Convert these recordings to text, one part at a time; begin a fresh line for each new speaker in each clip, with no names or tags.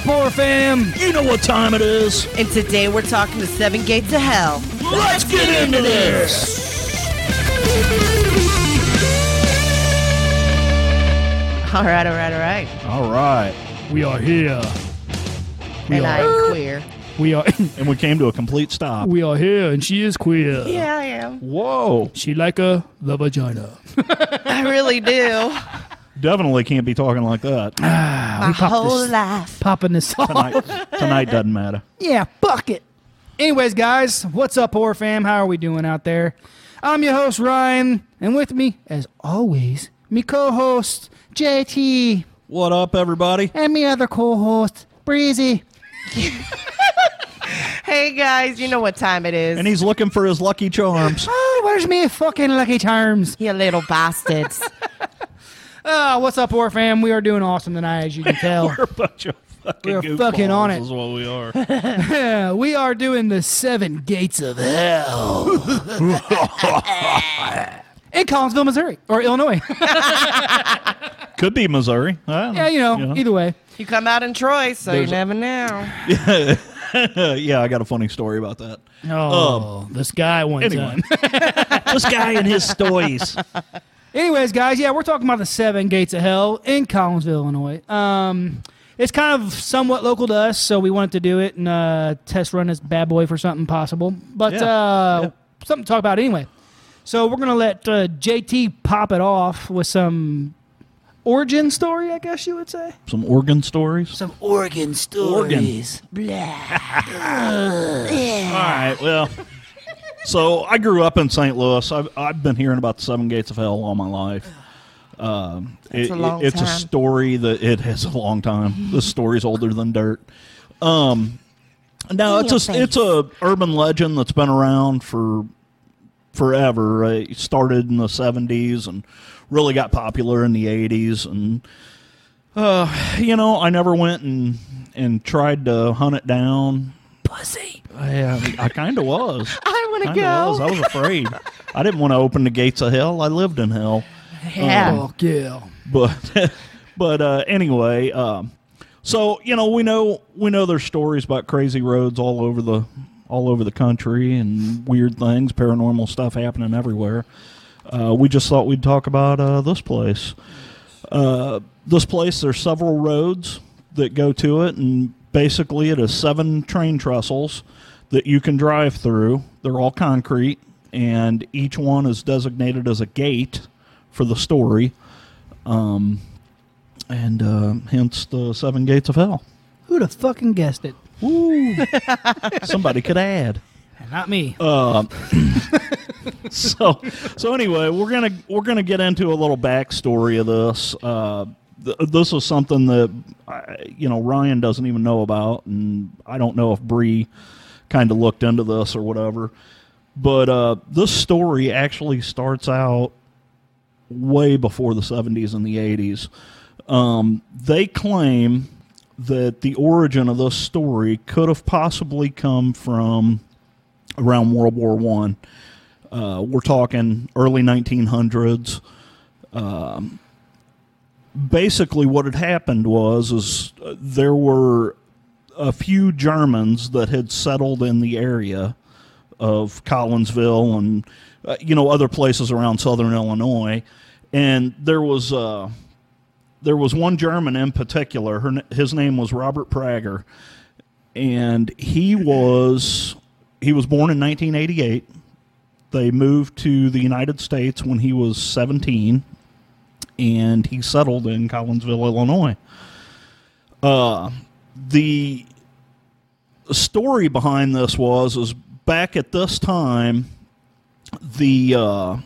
fam. You know what time it is.
And today we're talking the seven gates of hell.
Let's get into this.
All right, all right, all right.
All right. We are here. We
and I
are,
am queer.
we are
and we came to a complete stop.
we are here and she is queer.
Yeah, I am.
Whoa!
She like a the vagina.
I really do.
Definitely can't be talking like that
My
popped
whole
this-
life.
popping this off.
tonight. tonight doesn't matter.
Yeah, fuck it. Anyways, guys, what's up, horror fam? How are we doing out there? I'm your host Ryan, and with me, as always, me co-host JT
What up, everybody?
and me other co-host Breezy.
Hey guys, you know what time it is.
And he's looking for his lucky charms.
Oh, where's me fucking Lucky Charms?
you little bastards.
Oh, what's up, horror fam? We are doing awesome tonight, as you can tell.
We're a bunch of fucking
We're fucking on
goofballs
it.
Is what we are.
Yeah, Uh, we are doing the Seven Gates of Hell in Collinsville, Missouri, or Illinois.
Could be Missouri. I don't
yeah, you know, either way.
you come out in Troy, so
There's a-
you never know.
Uh, yeah, I got a funny story about that.
Oh, this guy one
Anyway, this guy and his stories.
Anyways, guys, yeah, we're talking about the Seven Gates of Hell in Collinsville, Illinois. Um, it's kind of somewhat local to us, so we wanted to do it and uh, test run this bad boy for something possible, but
Yeah,
uh,
yeah.
something to talk about anyway. So we're gonna let uh, JT pop it off with some origin story, I guess you would say.
Some organ stories.
Some origin
stories. All right. Well, so I grew up in St. Louis. I've, I've been hearing about the Seven Gates of Hell all my life. Um,
That's
it-
a long
it- it's a
time.
story that it has a long time. this story's older than dirt. Um, no,
In
it's a
your
it's a urban legend that's been around for forever. Uh, It started in the '70s and really got popular in the '80s. And uh, you know, I never went and and tried to hunt it down.
Pussy.
Yeah, I kind of was.
I want to
Kinda was. I
go.
was afraid. I didn't want to open the gates of hell. I lived in hell,
Yeah.
Fuck yeah.
but but uh, anyway, um, so you know we know we know there's stories about crazy roads all over the all over the country and weird things, paranormal stuff happening everywhere. Uh, we just thought we'd talk about uh, this place. Uh, this place, there's several roads that go to it, and basically it is seven train trestles that you can drive through. They're all concrete, and each one is designated as a gate for the story, um, and uh, hence the seven gates of hell.
Who'd have fucking guessed it?
Woo! Somebody could add.
Not me.
Uh, so so anyway, we're gonna we're gonna get into a little backstory of this. Uh, th- this is something that uh, you know Ryan doesn't even know about, and I don't know if Bree kind of looked into this or whatever. But uh, this story actually starts out way before the 70s and the 80s. Um, they claim that the origin of this story could have possibly come from around World War One. Uh, we're talking early 1900s. Um, basically, what had happened was is uh, there were a few Germans that had settled in the area of Collinsville and uh, you know other places around southern Illinois, and there was uh, there was one German in particular. Her, n- his name was Robert Prager, and he was he was born in 1988. They moved to the United States when he was 17, and he settled in Collinsville, Illinois. Uh, the story behind this was is back at this time, the uh,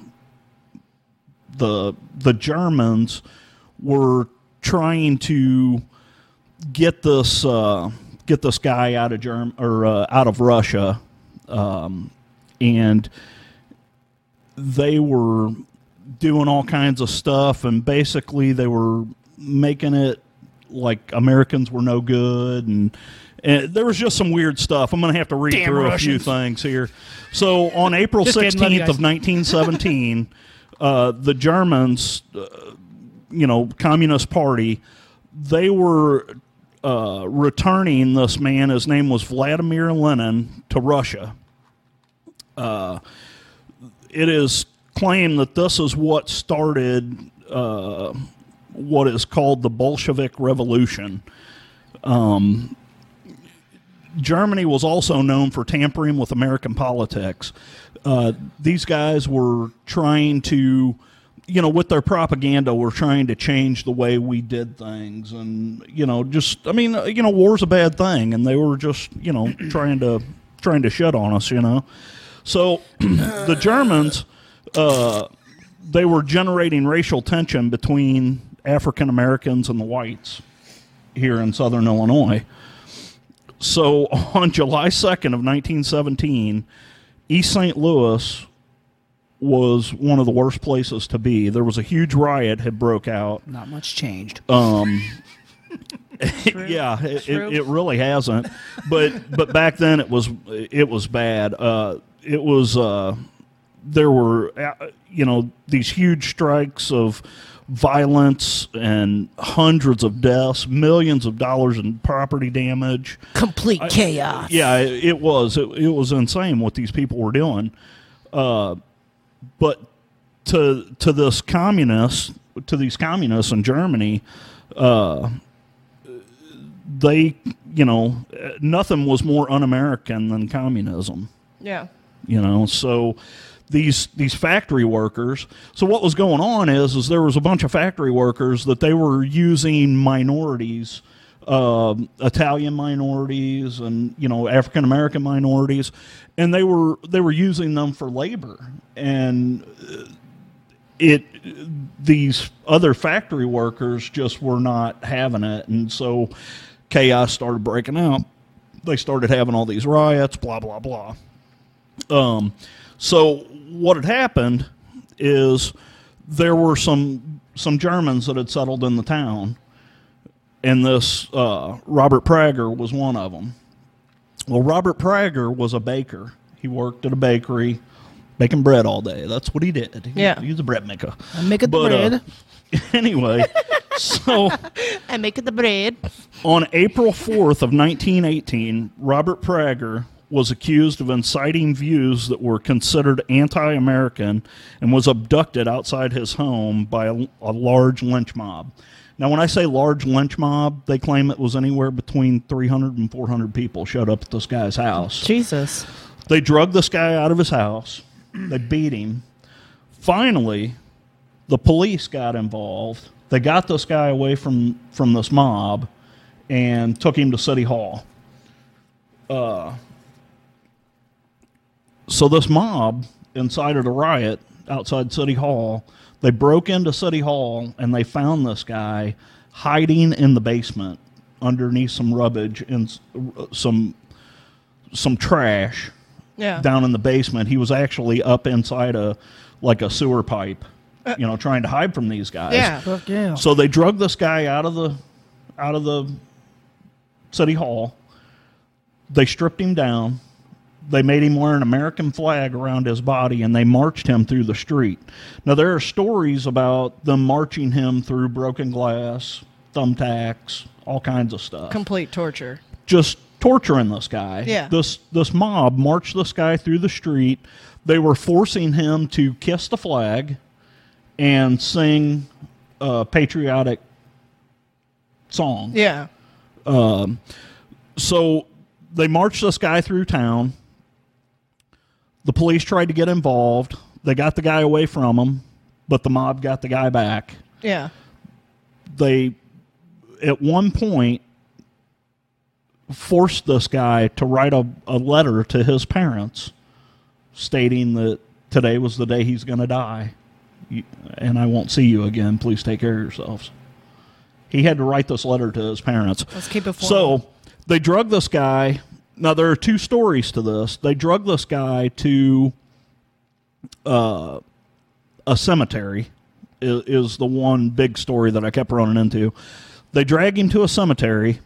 the the Germans were trying to get this uh, get this guy out of Germ or uh, out of Russia, um, and they were doing all kinds of stuff, and basically they were making it like Americans were no good, and, and there was just some weird stuff. I'm going to have to read
Damn
through a
Russians.
few things here. So on April
Just kidding, love you
16th of
guys.
1917, uh, the uh, Germans you know communist party they were uh, returning this man, his name was Vladimir Lenin, to Russia. Uh, it is claimed that this is what started uh, what is called the Bolshevik Revolution. Um, Germany was also known for tampering with American politics. Uh, these guys were trying to, you know, with their propaganda, were trying to change the way we did things, and you know, just I mean, uh, you know, war's a bad thing, and they were just, you know, trying to trying to shut on us, you know. So the Germans, uh, they were generating racial tension between African Americans and the whites here in Southern Illinois. So on July 2nd of 1917, East St. Louis was one of the worst places to be. There was a huge riot had broke out.
Not much changed.
uh, Yeah, it, it, it really hasn't. But but back then it was it was bad. Uh, it was uh, there were uh, you know these huge strikes of violence and hundreds of deaths, millions of dollars in property damage.
Complete chaos.
Yeah, it, it was. It, it was insane what these people were doing. Uh, but to to this communist, to these communists in Germany, uh, they, you know, eh, nothing was more un-American than communism
Yeah.
you know so these these factory workers so what was going on is is there was a bunch of factory workers that they were using minorities um, Italian minorities and you know African American minorities and they were they were using them for labor and uh, it these other factory workers just were not having it and so chaos started breaking out they started having all these riots blah blah blah um, so what had happened is there were some some Germans that had settled in the town, and this uh, Robert Prager was one of them. Well, Robert Prager was a baker. He worked at a bakery, baking bread all day. That's what he did. He-
Yeah.
he was a bread maker.
I make it the
But, uh,
bread.
anyway, so
I make it the bread.
on April 4th of 1918, Robert Prager was accused of inciting views that were considered anti-American and was abducted outside his home by a, a large lynch mob. Now, when I say large lynch mob, they claim it was anywhere between 300 and 400 people showed up at this guy's house.
Jesus.
They drug this guy out of his house. They beat him. Finally, the police got involved. They got this guy away from, from this mob and took him to City Hall. Uh, so, this mob incited a riot outside City Hall. They broke into City Hall and they found this guy hiding in the basement underneath some rubbish and s- uh, some some trash
Yeah.
down in the basement. He was actually up inside a like a sewer pipe, you know, trying to hide from these guys.
Yeah.
Fuck yeah.
So they drug this guy out of the out of the city hall. They stripped him down. They made him wear an American flag around his body and they marched him through the street. Now there are stories about them marching him through broken glass, thumbtacks, all kinds of stuff
Complete torture.
just torturing this guy.
Yeah.
This this mob marched this guy through the street. They were forcing him to kiss the flag and sing a patriotic song.
Yeah.
So they marched this guy through town. The police tried to get involved. They got the guy away from him, but the mob got the guy back.
Yeah.
they at one point forced this guy to write a, a letter to his parents stating that today was the day he's going to die You- and I won't see you again. Please take care of yourselves. He had to write this letter to his parents.
Let's keep it formal.
So they drug this guy. Now there are two stories to this. They drug this guy to uh, a cemetery. i- Is, the one big story that I kept running into. They drag him to a cemetery,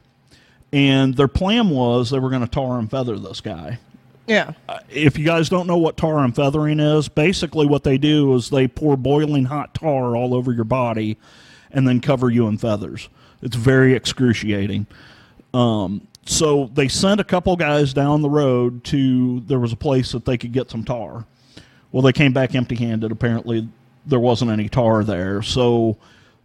and their plan was they were going to tar and feather this guy.
Yeah.
If you guys don't know what tar and feathering is, basically what they do is they pour boiling hot tar all over your body and then cover you in feathers. It's very excruciating. Um, so they sent a couple guys down the road to there was a place that they could get some tar. Well, they came back empty-handed. Apparently, there wasn't any tar there. So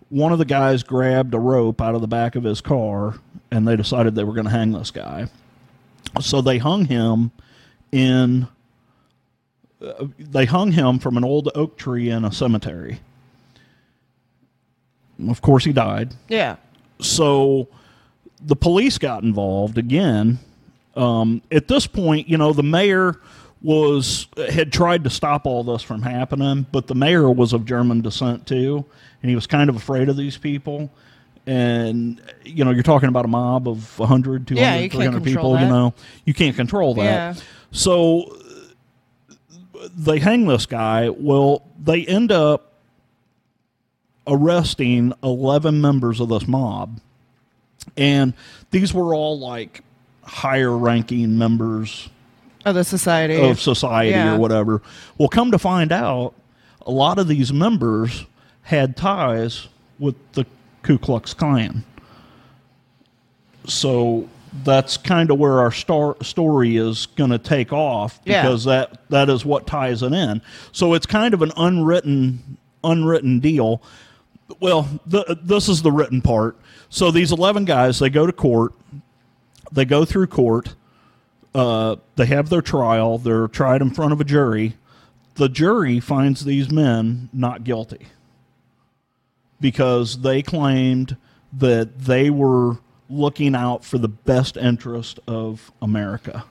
one of the guys grabbed a rope out of the back of his car, and they decided they were going to hang this guy. So they hung him in. uh, They hung him from an old oak tree in a cemetery. Of course, he died
Yeah.
so the police got involved again. Um, at this point, you know, the mayor was had tried to stop all this from happening, but the mayor was of German descent too, and he was kind of afraid of these people. And you know, you're talking about a mob of 100, 200,
Yeah, you can't
300 people.
control
You
that.
know, you can't control that.
Yeah.
So uh, they hang this guy. Well, they end up arresting 11 members of this mob. And these were all like higher ranking members
Of the society.
of society
Yeah.
or whatever. Well, come to find out, a lot of these members had ties with the Ku Klux Klan. So that's kind of where our star- story is going to take off
Yeah.
because that that is what ties it in. So it's kind of an unwritten unwritten deal. Well, the, this is the written part. So these 11 guys, they go to court. They go through court uh, they have their trial. They're tried in front of a jury. The jury finds these men not guilty because they claimed that they were looking out for the best interest of America.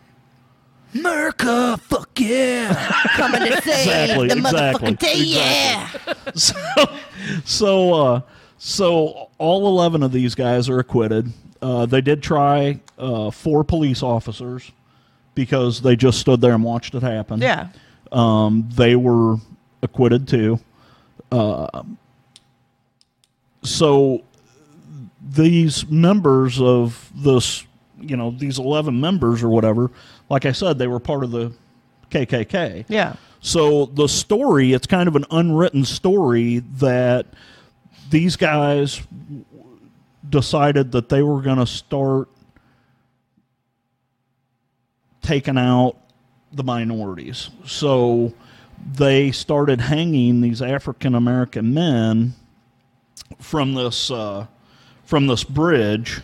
America, fuck yeah.
Coming to save
Exactly,
the
exactly,
motherfucking day.
exactly. So, uh, so all eleven of these guys are acquitted. Uh, they did try uh, four police officers because they just stood there and watched it happen.
Yeah.
Um, they were acquitted too. Uh, so these members of this, you know, these 11 members or whatever, like I said, they were part of the KKK.
Yeah. Yeah.
So the story, it's kind of an unwritten story that these guys w- decided that they were going to start taking out the minorities. So they started hanging these African American men from this uh, from this bridge.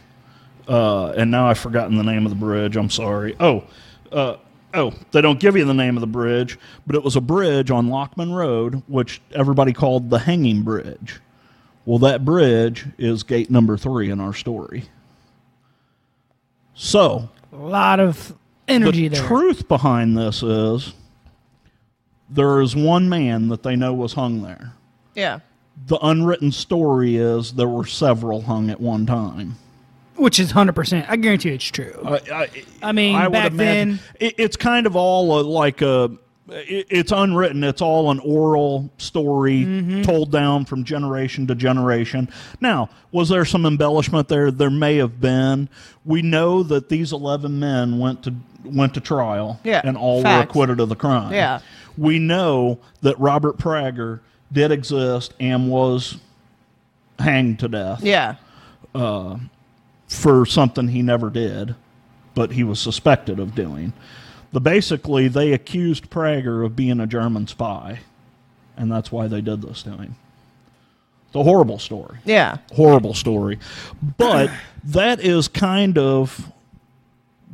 Uh, and now I've forgotten the name of the bridge. I'm sorry. Oh, uh, oh, they don't give you the name of the bridge, but it was a bridge on Lockman Road, which everybody called the Hanging Bridge. Well, that bridge is gate number three in our story. So
A lot of energy
the
there.
truth behind this is there is one man that they know was hung there.
Yeah.
The unwritten story is there were several hung at one time.
which is 100%. I guarantee it's true.
I, I,
I mean,
would
back
imagine-
then-
it, it's kind of all a, like a. it- it's unwritten. It's all an oral story told down from generation to generation. Now, was there some embellishment there? There may have been. We know that these eleven men went to went to trial,
Yeah,
and all were
facts.
acquitted of the crime.
Yeah.
we know that Robert Prager did exist and was hanged to death
Yeah.
for something he never did, but he was suspected of doing. But basically, they accused Prager of being a German spy, and that's why they did this to him. It's a horrible story.
Yeah.
Horrible story. But that is kind of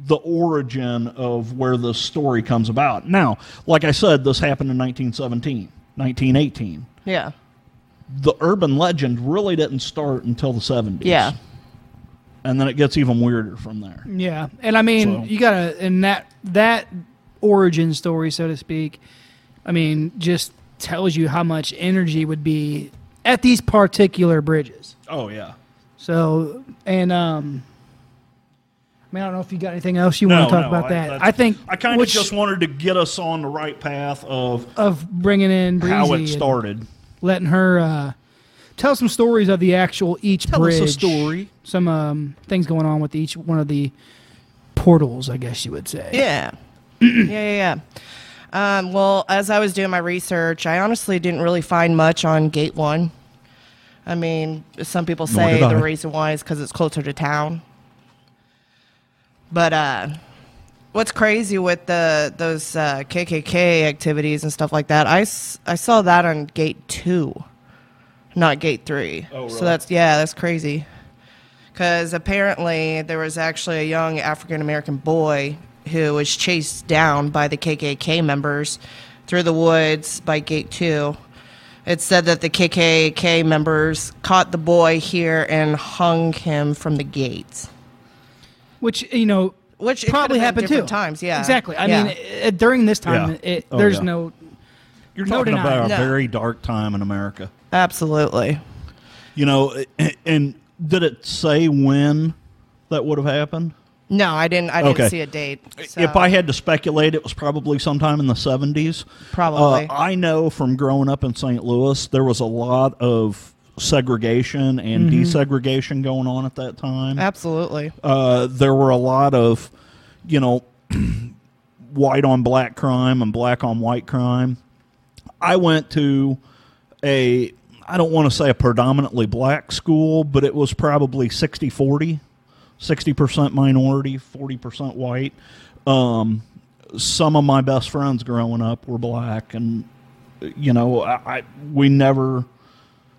the origin of where this story comes about. Now, like I said, this happened in 1917, 1918.
Yeah.
The urban legend really didn't start until the 70s.
Yeah.
And then it gets even weirder from there.
Yeah, and I mean,
So-
you gotta and that that origin story, so to speak. I mean, just tells you how much energy would be at these particular bridges.
Oh yeah.
So, and um, I mean, I don't know if you got anything else you want to talk about that. I
that's-
think
I kind of
which-
just wanted to get us on the right path of
of bringing in Breezy
how it
and
started.
letting her uh, tell some stories of the actual each
Tell us
bridge.
a story.
Some um, things going on with each one of the portals, I guess you would say.
Yeah. yeah, yeah, yeah. Um, well, as I was doing my research, I honestly didn't really find much on Gate 1. I mean, some people
Nor
say
did
the
I.
reason why is because it's closer to town. But uh, what's crazy with the those uh, KKK activities and stuff like that? I, s- I saw that on gate two, not gate three.
Oh, really?
So that's yeah, that's crazy. Because apparently there was actually a young African American boy who was chased down by the KKK members through the woods by gate two. It said that the KKK members caught the boy here and hung him from the gates.
which you know
Which it could
probably
have been
happened too.
different times, yeah.
exactly. I
Yeah.
mean, uh, during this time,
Yeah.
it,
Oh,
there's
yeah.
no.
You're
No
talking
denying.
about a
No.
very dark time in America.
Absolutely.
You know, and, and did it say when that would have happened?
No, I didn't. I didn't
Okay.
see a date. so-
If I had to speculate, it was probably sometime in the 70s.
Probably.
Uh, I know from growing up in St. Louis, there was a lot of segregation and
Mm-hmm.
desegregation going on at that time.
absolutely,
Uh, there were a lot of, you know, white on black crime and black on white crime. I went to a, I don't want to say a predominantly black school, but it was probably 60 40, 60% minority, 40% white. Um, some of my best friends growing up were black, and, you know, I, I we never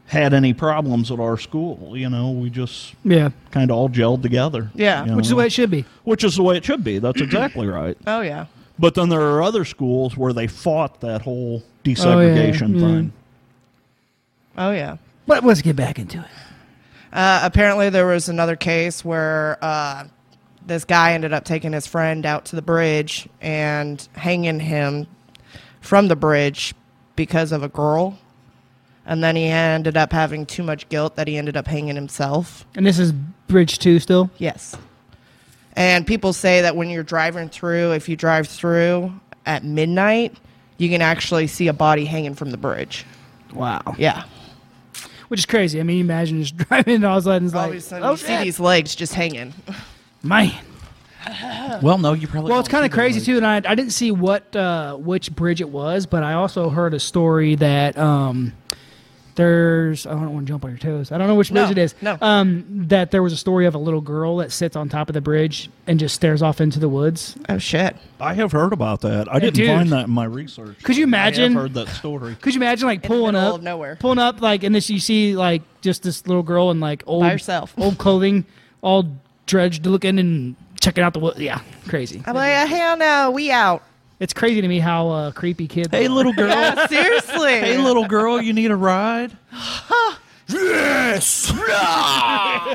had any problems at our school. You know, we just
Yeah,
kind of all gelled together.
Yeah.
you
which is the
know?
way it should be.
which is the way it should be. That's exactly right.
oh yeah,
But then there are other schools where they fought that whole desegregation
yeah.
thing.
oh yeah.
But let's get back into it.
Uh, apparently, there was another case where uh, this guy ended up taking his friend out to the bridge and hanging him from the bridge because of a girl, and then he ended up having too much guilt that he ended up hanging himself.
And this is Bridge Two still.
Yes. And people say that when you're driving through, if you drive through at midnight, you can actually see a body hanging from the bridge.
Wow,
Yeah.
which is crazy. I mean, imagine just driving and all of a sudden it's
All
like,
of a sudden,
oh
you see
shit,
these legs just hanging.
man.
Well, no, you probably.
Well, it's
don't
kind of
see
crazy
the-
too, and I, I didn't see what uh, which bridge it was, but I also heard a story that um, there's I don't want to jump on your toes. I don't know which bridge
No,
it is.
no.
Um, that there was a story of a little girl that sits on top of the bridge and just stares off into the woods.
Oh, shit.
I have heard about that. I didn't
dude.
find that in my research.
Could you
I have
imagine?
heard that story.
Could you imagine like
the
pulling
middle
up
of nowhere.
pulling up like and this you see like just this little girl in like old
herself.
old clothing, all dredged looking and checking out the woods. Yeah, crazy.
I'm like, hell no, we out.
It's crazy to me how uh, creepy kids.
Hey,
are.
little girl.
Yeah, Oh, seriously.
hey, little girl. You need a ride?
Yes! I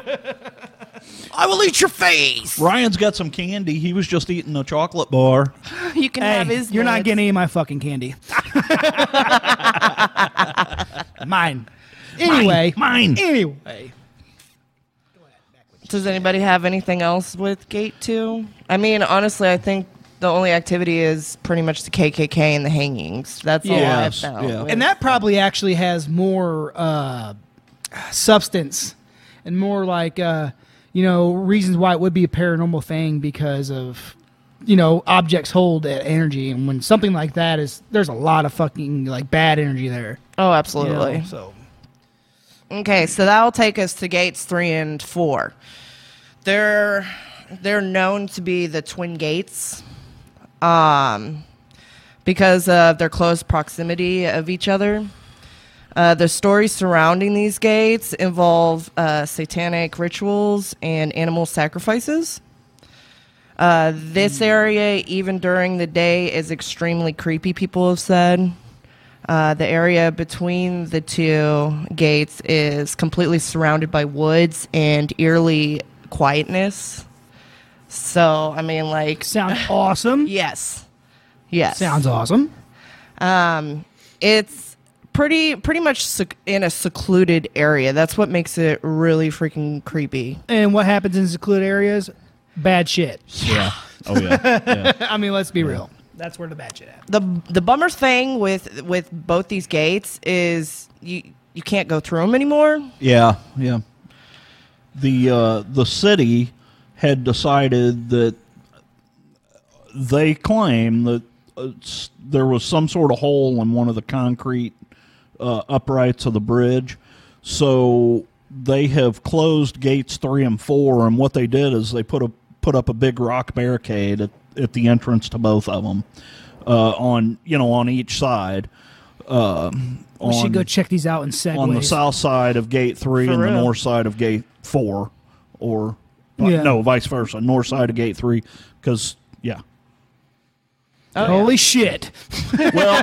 will eat your face!
Ryan's got some candy. He was just eating a chocolate bar.
you can
Hey,
have his.
you're not
nuts.
getting any of my fucking candy. Mine. Anyway.
mine.
Anyway.
Does anybody have anything else with Gate 2? I mean, honestly, I think the only activity is pretty much the KKK and the hangings. That's all I've
Yes,
found.
yeah.
And that probably actually has more uh, substance and more like, uh, you know, reasons why it would be a paranormal thing because of, you know, objects hold that energy. And when something like that is, there's a lot of fucking like bad energy there.
Oh,
you know,
absolutely.
So.
Okay, so that'll take us to gates three and four. They're they're known to be the twin gates, um, because of their close proximity of each other. Uh, the stories surrounding these gates involve uh, satanic rituals and animal sacrifices. Uh, this area, even during the day, is extremely creepy. People have said. Uh, the area between the two gates is completely surrounded by woods and eerily quietness. So, I mean, like,
Sounds awesome.
yes, yes,
Sounds awesome.
um, it's pretty pretty much sec- in a secluded area. That's what makes it really freaking creepy.
And what happens in secluded areas? Bad shit.
Yeah. Oh yeah.
I mean, let's be real. That's where the bad shit happens.
the The bummer thing with with both these gates is you you can't go through them anymore.
Yeah. Yeah. The uh, the city had decided that they claim that uh, s- there was some sort of hole in one of the concrete uh, uprights of the bridge. So they have closed gates three and four, and what they did is they put a put up a big rock barricade at, at the entrance to both of them uh, on you know on each side. Uh,
We
on-
should go check these out in segues.
on the south side of gate three
For
and the
real.
north side of gate four, or
Yeah.
no, vice versa, north side of gate three, because yeah.
Holy shit!
Well,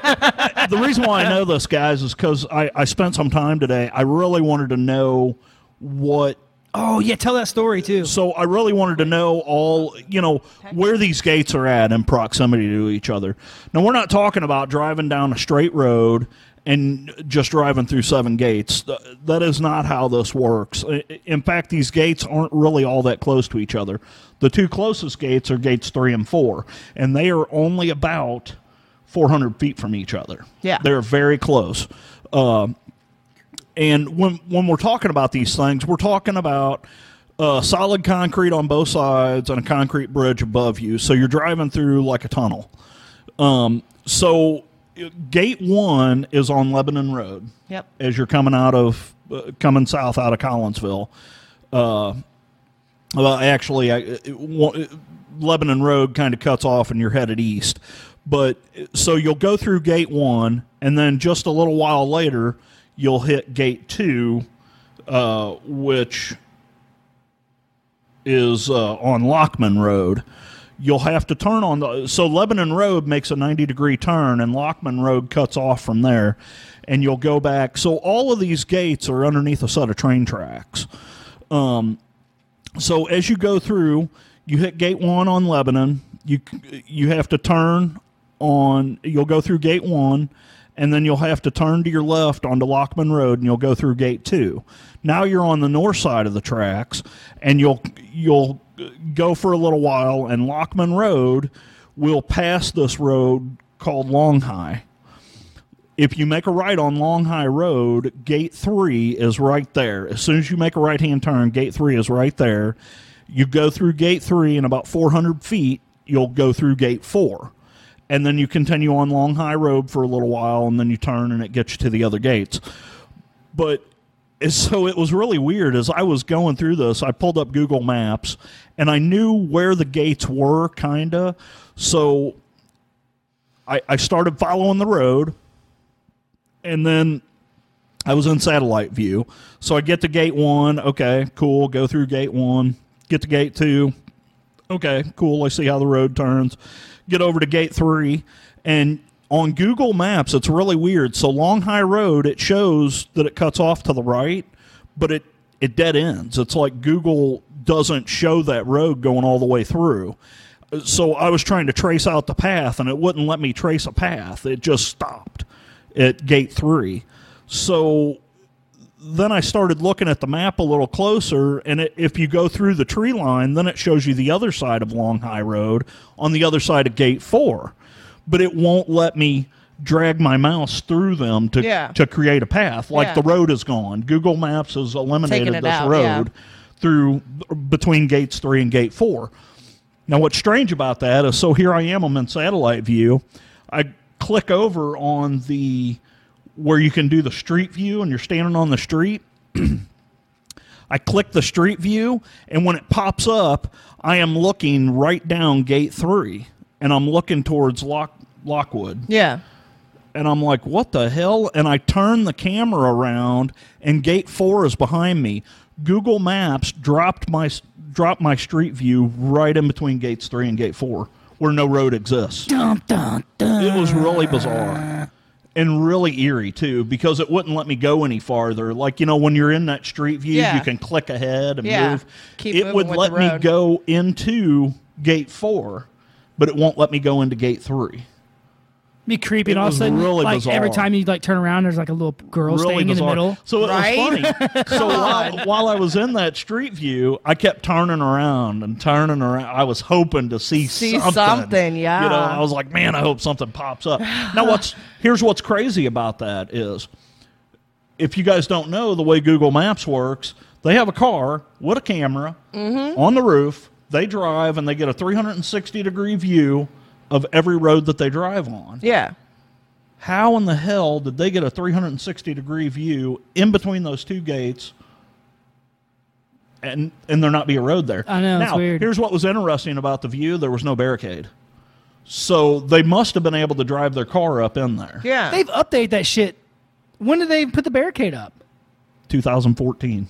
the reason why I know this, guys, is because I, I spent some time today. I really wanted to know what.
Oh yeah, tell that story too.
So I really wanted to know all, you know, where these gates are at in proximity to each other. Now, we're not talking about driving down a straight road and just driving through seven gates. Th- That is not how this works. I- In fact, these gates aren't really all that close to each other. The two closest gates are gates three and four, and they are only about 400 feet from each other.
Yeah.
They're very close. Um, and when when we're talking about these things, we're talking about uh, solid concrete on both sides and a concrete bridge above you. So you're driving through like a tunnel. Um, so uh, gate one is on Lebanon Road.
Yep.
As you're coming out of uh, coming south out of Collinsville. Uh, well, actually, I, it, it, wa- it- Lebanon Road kind of cuts off and you're headed east. But so you'll go through gate one, and then just a little while later, you'll hit gate two, uh, which is uh, on Lockman Road. You'll have to turn on the so Lebanon Road makes a 90 degree turn and Lockman Road cuts off from there, and you'll go back. So all of these gates are underneath a set of train tracks. So as you go through, you hit gate one on Lebanon. You you have to turn on. You'll go through gate one, and then you'll have to turn to your left onto Lockman Road, and you'll go through gate two. Now you're on the north side of the tracks, and you'll you'll go for a little while, and Lockman Road will pass this road called Long High. If you make a right on Long High Road, gate three is right there. As soon as you make a right hand turn, gate three is right there. You go through gate three, and about 400 feet, you'll go through gate four. And then you continue on Long High Road for a little while, and then you turn, and it gets you to the other gates. But so it was really weird as I was going through this. I pulled up Google Maps, and I knew where the gates were, kind of. So I, I started following the road and then I was in satellite view. So I get to gate one. Okay, cool. Go through gate one. Get to gate two. Okay, cool. I see how the road turns. Get over to gate three. And on Google Maps, it's really weird. So Long High Road, it shows that it cuts off to the right, but it it dead ends. It's like Google doesn't show that road going all the way through. So I was trying to trace out the path, and it wouldn't let me trace a path. It just stopped at gate three. So then I started looking at the map a little closer, and it, if you go through the tree line, then it shows you the other side of Long High Road on the other side of Gate Four, but it won't let me drag my mouse through them to
Yeah.
to create a path. Like
Yeah.
the road is gone. Google Maps has eliminated
Taking it
this
out,
road
yeah.
through between gates three and gate four. Now, what's strange about that is so here I am, I'm in satellite view. I click over on the where you can do the street view and you're standing on the street. I click the street view, and when it pops up, I am looking right down gate three and I'm looking towards Lock, Lockwood
Yeah.
and I'm like, what the hell? And I turn the camera around, and gate four is behind me. Google Maps dropped my dropped my street view right in between gates three and gate four, where no road exists.
Dun, dun, dun.
It was really bizarre and really eerie too, because it wouldn't let me go any farther. Like you know, when you're in that street view,
Yeah.
you can click ahead and
Yeah.
move.
Keep
it
moving
would
with
let
the
me
road.
go into gate four, but it won't let me go into gate three.
Be creepy. And
It
all of a
was
sudden,
really
like every
bizarre.
time you like turn around, there's like a little girl
really
standing in the
bizarre.
middle.
So it
Right?
was funny. so while, while I was in that street view, I kept turning around and turning around. I was hoping to see,
See
something.
something, yeah.
You know, I was like, man, I hope something pops up. Now, what's here's what's crazy about that is, if you guys don't know the way Google Maps works, they have a car with a camera
Mm-hmm.
on the roof. They drive and they get a 360 degree view of every road that they drive on
Yeah.
how in the hell did they get a 360 degree view in between those two gates and and there not be a road there.
I know, it's
Now,
weird.
here's what was interesting about the view: there was no barricade, so they must have been able to drive their car up in there.
Yeah.
They've updated that shit. When did they put the barricade up?
2014,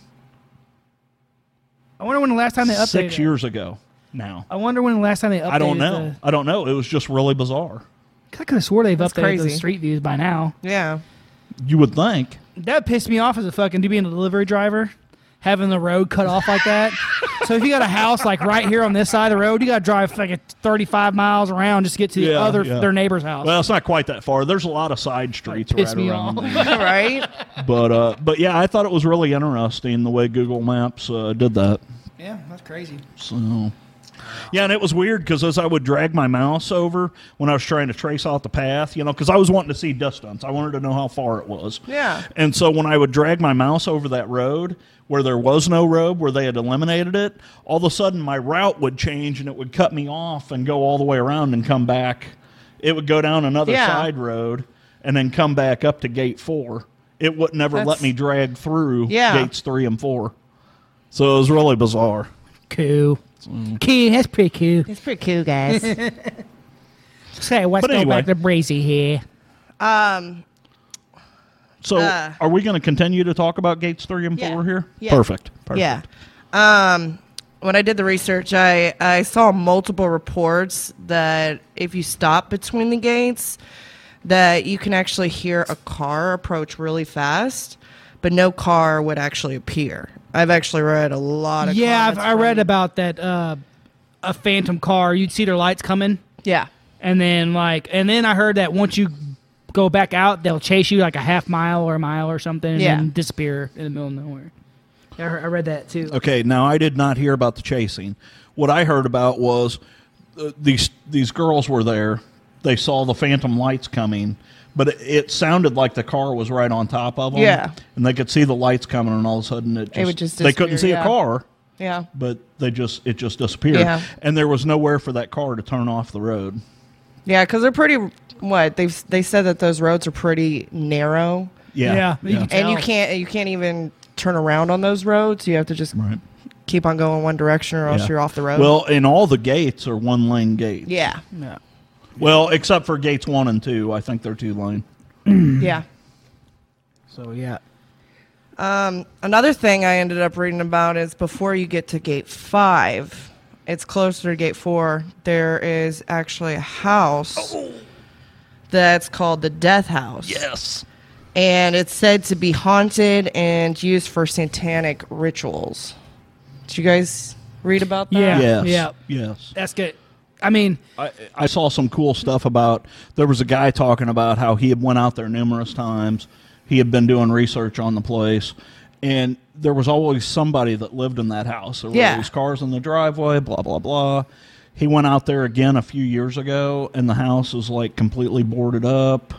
I wonder when the last time they updated.
six
it.
years ago. Now
I wonder when the last time they updated.
I don't know.
the-
I don't know. It was just really bizarre.
'Cause I could have swore they've
That's
updated
crazy.
those street views by now.
yeah.
You would think.
That pissed me off as a fucking dude being a delivery driver, having the road cut off like that. so if you got a house like right here on this side of the road, you got to drive fucking 35 miles around just to get to the
Yeah,
other
yeah.
their neighbor's house.
Well, it's not quite that far. There's a lot of side streets
pissed
right
me
around.
off.
there.
right?
But uh, but yeah, I thought it was really interesting the way Google Maps uh, did that.
yeah, that's crazy.
So, yeah, and it was weird because as I would drag my mouse over when I was trying to trace out the path, you know, because I was wanting to see distance, I wanted to know how far it was.
Yeah.
And so when I would drag my mouse over that road where there was no road, where they had eliminated it, all of a sudden my route would change and it would cut me off and go all the way around and come back. It would go down another
Yeah.
side road and then come back up to gate four. It would never let
That's-
me drag through
Yeah.
gates three and four. So it was really bizarre.
Cool.
mm.
Cool. That's pretty cool.
It's pretty cool, guys.
Say, what's
But
going
anyway.
back to Breezy here?
So,
Uh,
are we going to continue to talk about gates three and
Yeah.
four here?
Yeah.
Perfect. Perfect.
Yeah. Um, when I did the research, I, I saw multiple reports that if you stop between the gates, that you can actually hear a car approach really fast, but no car would actually appear. I've actually read a lot of
Yeah, I've,
comments
I read
from-
about that. Uh, a phantom car. You'd see their lights coming,
yeah
and then like, and then I heard that once you go back out, they'll chase you like a half mile or a mile or something, and
Yeah.
then disappear in the middle of nowhere. I, heard, I read that too.
Okay. Now, I did not hear about the chasing. What I heard about was uh, these these girls were there. They saw the phantom lights coming, but it, it sounded like the car was right on top of them.
Yeah.
And they could see the lights coming, and all of a sudden it just,
would just
they couldn't
disappear,
see
yeah.
a car.
yeah
But they just it just disappeared,
Yeah.
and there was nowhere for that car to turn off the road.
yeah because they're pretty what they've they said that those roads are pretty narrow
Yeah,
Yeah, you could
and you
Wow.
can't you can't even turn around on those roads you have to just
right.
keep on going one direction or else
Yeah.
you're off the road
Well, and all the gates are one lane gates.
yeah
Mm-hmm.
Well, except for gates one and two, I think they're two lane.
yeah
So yeah,
Um, Another thing I ended up reading about is before you get to gate five, it's closer to gate four. There is actually a house that's called the Death House.
Yes.
And it's said to be haunted and used for satanic rituals. Did you guys read about that?
Yeah.
Yes.
Yeah.
Yes.
that's good. I mean,
I, I saw some cool stuff about. There was a guy talking about how he had went out there numerous times. He had been doing research on the place, and there was always somebody that lived in that house. There were
Yeah.
always cars in the driveway. Blah blah blah. He went out there again a few years ago, and the house is like completely boarded up.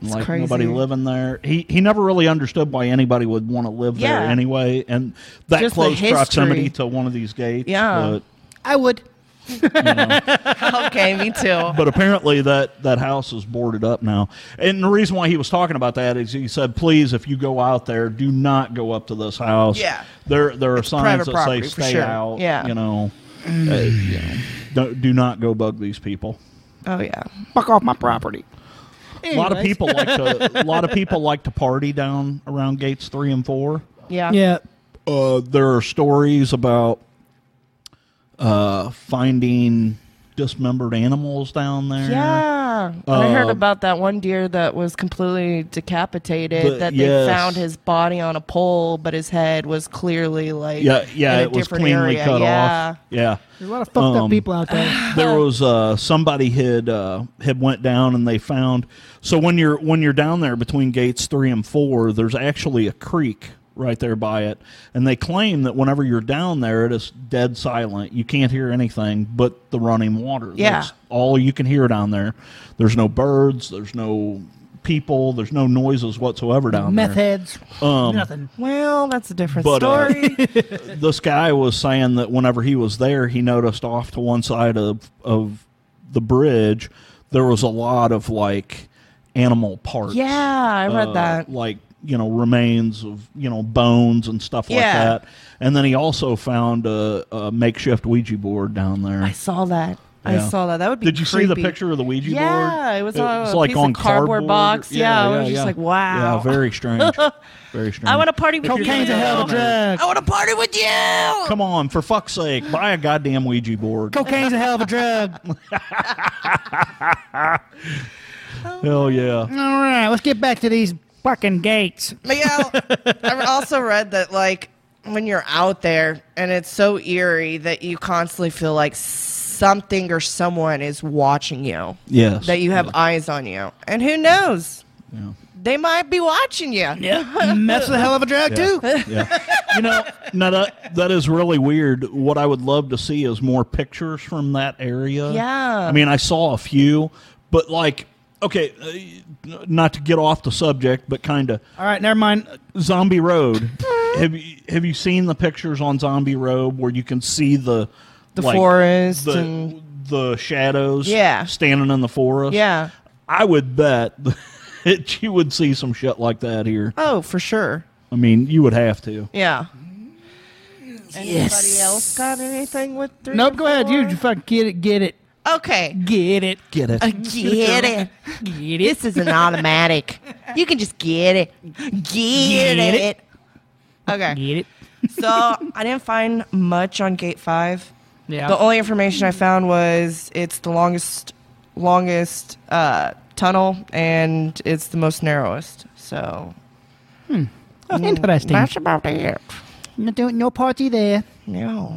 and, Like
crazy.
nobody living there. He he never really understood why anybody would want to live
Yeah.
there anyway, and that
Just the
close proximity
history.
to one of these gates.
Yeah.
but-
I would.
okay, me too.
but apparently that that house is boarded up now. And the reason why he was talking about that is he said, "Please, if you go out there, do not go up to this house.
Yeah.
there there are signs
private
that
property,
say
for
stay
sure.
out.
Yeah. Mm.
you know, uh, you know, don't, do not go bug these people.
Oh, yeah.
Fuck off my property.
A lot of
Anyways.
people like to a lot of people like to party down around gates three and four.
Yeah.
Yeah.
uh, there are stories about uh, finding dismembered animals down there.
Yeah. I heard
Uh,
about that one deer that was completely decapitated
But-
that
yes.
they found his body on a pole but his head was clearly like
Yeah, yeah,
in a
it was
different
cleanly
area.
cut
yeah.
off. Yeah,
There's a lot of fucked up people out there.
there was uh, somebody had uh, had went down and they found. So when you're when you're down there between gates three and four, there's actually a creek right there by it, and they claim that whenever you're down there, it is dead silent. You can't hear anything but the running water.
Yeah.
That's all you can hear down there. There's no birds. There's no people. There's no noises whatsoever down
Meth
there.
heads. Nothing.
Well, that's a different
But, uh,
story.
this guy was saying that whenever he was there, he noticed off to one side of of the bridge there was a lot of like animal parts.
yeah, I read
Uh,
that.
Like you know remains of you know bones and stuff like
Yeah.
that. And then he also found a, a makeshift Ouija board down there.
I saw that.
Yeah.
I saw that. That would be.
Did you see the
creepy.
picture of the Ouija board?
Yeah, it was on a piece of cardboard box. Yeah, I was just like, wow.
Yeah, very strange. very strange.
I want to party with
Cocaine's
you.
a hell of a drug.
I want to party with you.
Come on, for fuck's sake, buy a goddamn Ouija board.
Cocaine's a hell of a drug.
Hell yeah.
All right, let's get back to these fucking gates.
Miguel, I also read that like when you're out there and it's so eerie that you constantly feel like something or someone is watching you.
Yes.
That you have eyes on you. And who knows? They might be watching you.
Yeah, that's a hell of a drug too.
yeah. You know, now that that is really weird. What I would love to see is more pictures from that area.
Yeah.
I mean, I saw a few, but like, okay, uh, n- not to get off the subject, but kind of
All right, never mind.
Zombie Road. have you have you seen the pictures on Zombie Road where you can see the
The forest
the,
and-
the shadows?
Yeah.
standing in the forest.
Yeah.
I would bet that you would see some shit like that here.
Oh, for sure.
I mean, you would have to.
Yeah. Anybody else got anything with three?
Nope,
or
go ahead. You
four?
fucking get it, get it,
Okay.
get it,
Get it?
I get it.
get it.
This is an automatic. You can just get it. Get,
Get
it.
it.
Okay.
Get it.
So I didn't find much on gate five.
Yeah.
The only information I found was it's the longest longest uh, tunnel and it's the most narrowest. So
Mm. Interesting.
that's about it.
No, don't- no party there.
No.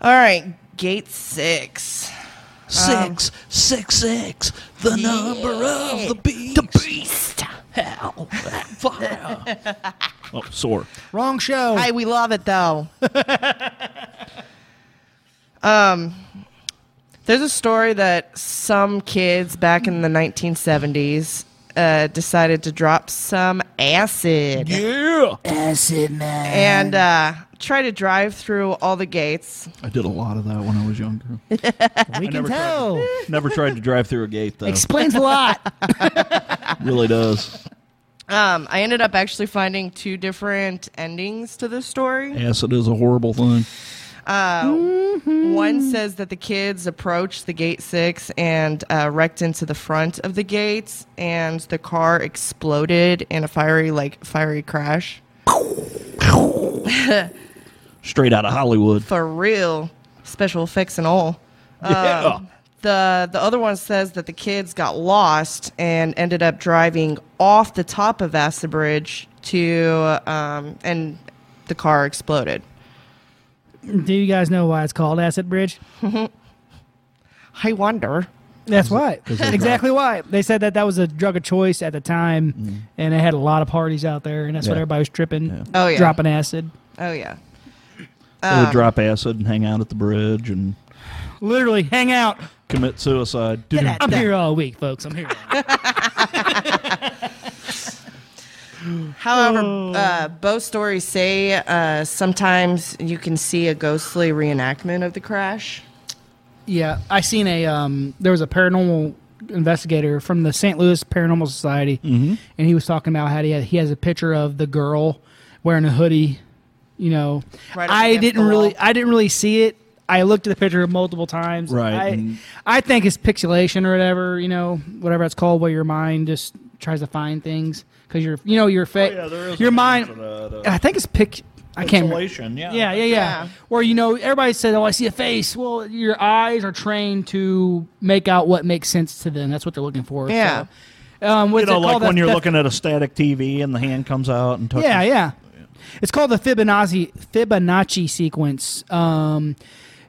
All right, gate six.
Six,
Oh.
six, six, the number of the beast. The beast. Hell, that fire.
Oh, sore.
Wrong show.
Hey, we love it though. um, Um, there's a story that some kids back in the 1970s uh, decided to drop some acid
Yeah.
and uh, try to drive through all the gates.
I did a lot of that when I was younger.
we can
never tried
tell.
Never tried to drive through a gate though.
Explains a lot.
really does.
Um, I ended up actually finding two different endings to this story.
Acid is a horrible thing.
One says that the kids approached the gate six and uh, wrecked into the front of the gates, and the car exploded in a fiery, like fiery crash.
Straight out of Hollywood.
For real, special effects and all.
Um,
yeah.
The the other one says that the kids got lost and ended up driving off the top of Acid Bridge to, um, and the car exploded.
Do you guys know why it's called Acid Bridge?
I wonder.
That's why.
they
Exactly why. They said that that was a drug of choice at the time, and it had a lot of parties out there, and that's what
Yeah.
everybody was tripping,
Oh, yeah.
dropping acid.
Oh yeah.
would
um.
drop acid and hang out at the bridge and
Literally, hang out.
commit suicide.
I'm here all week, folks. I'm here. all week.
However, uh, both stories say uh, sometimes you can see a ghostly reenactment of the crash.
yeah, I seen a. Um, there was a paranormal investigator from the St. Louis Paranormal Society,
Mm-hmm.
and he was talking about how he had, he has a picture of the girl wearing a hoodie. You know,
Right up
I
against
didn't
the
really,
wall.
I didn't really see it. I looked at the picture multiple times.
Right,
I,
and-
I think it's pixelation or whatever. You know, whatever it's called, where your mind just tries to find things because you're, you know, your fa-
Oh, yeah, there is
your
a name
mind.
for that, uh,
I think it's pic. I can't. remember.
Isolation, yeah.
Yeah, yeah, yeah.
Yeah.
Where you know everybody says, "Oh, I see a face." Well, your eyes are trained to make out what makes sense to them. That's what they're looking for.
Yeah.
So, um, what's
You know,
it
like
called?
when
That-
you're
that-
looking at a static TV and the hand comes out and touches.
Yeah, yeah. It's called the Fibonacci Fibonacci sequence. Um,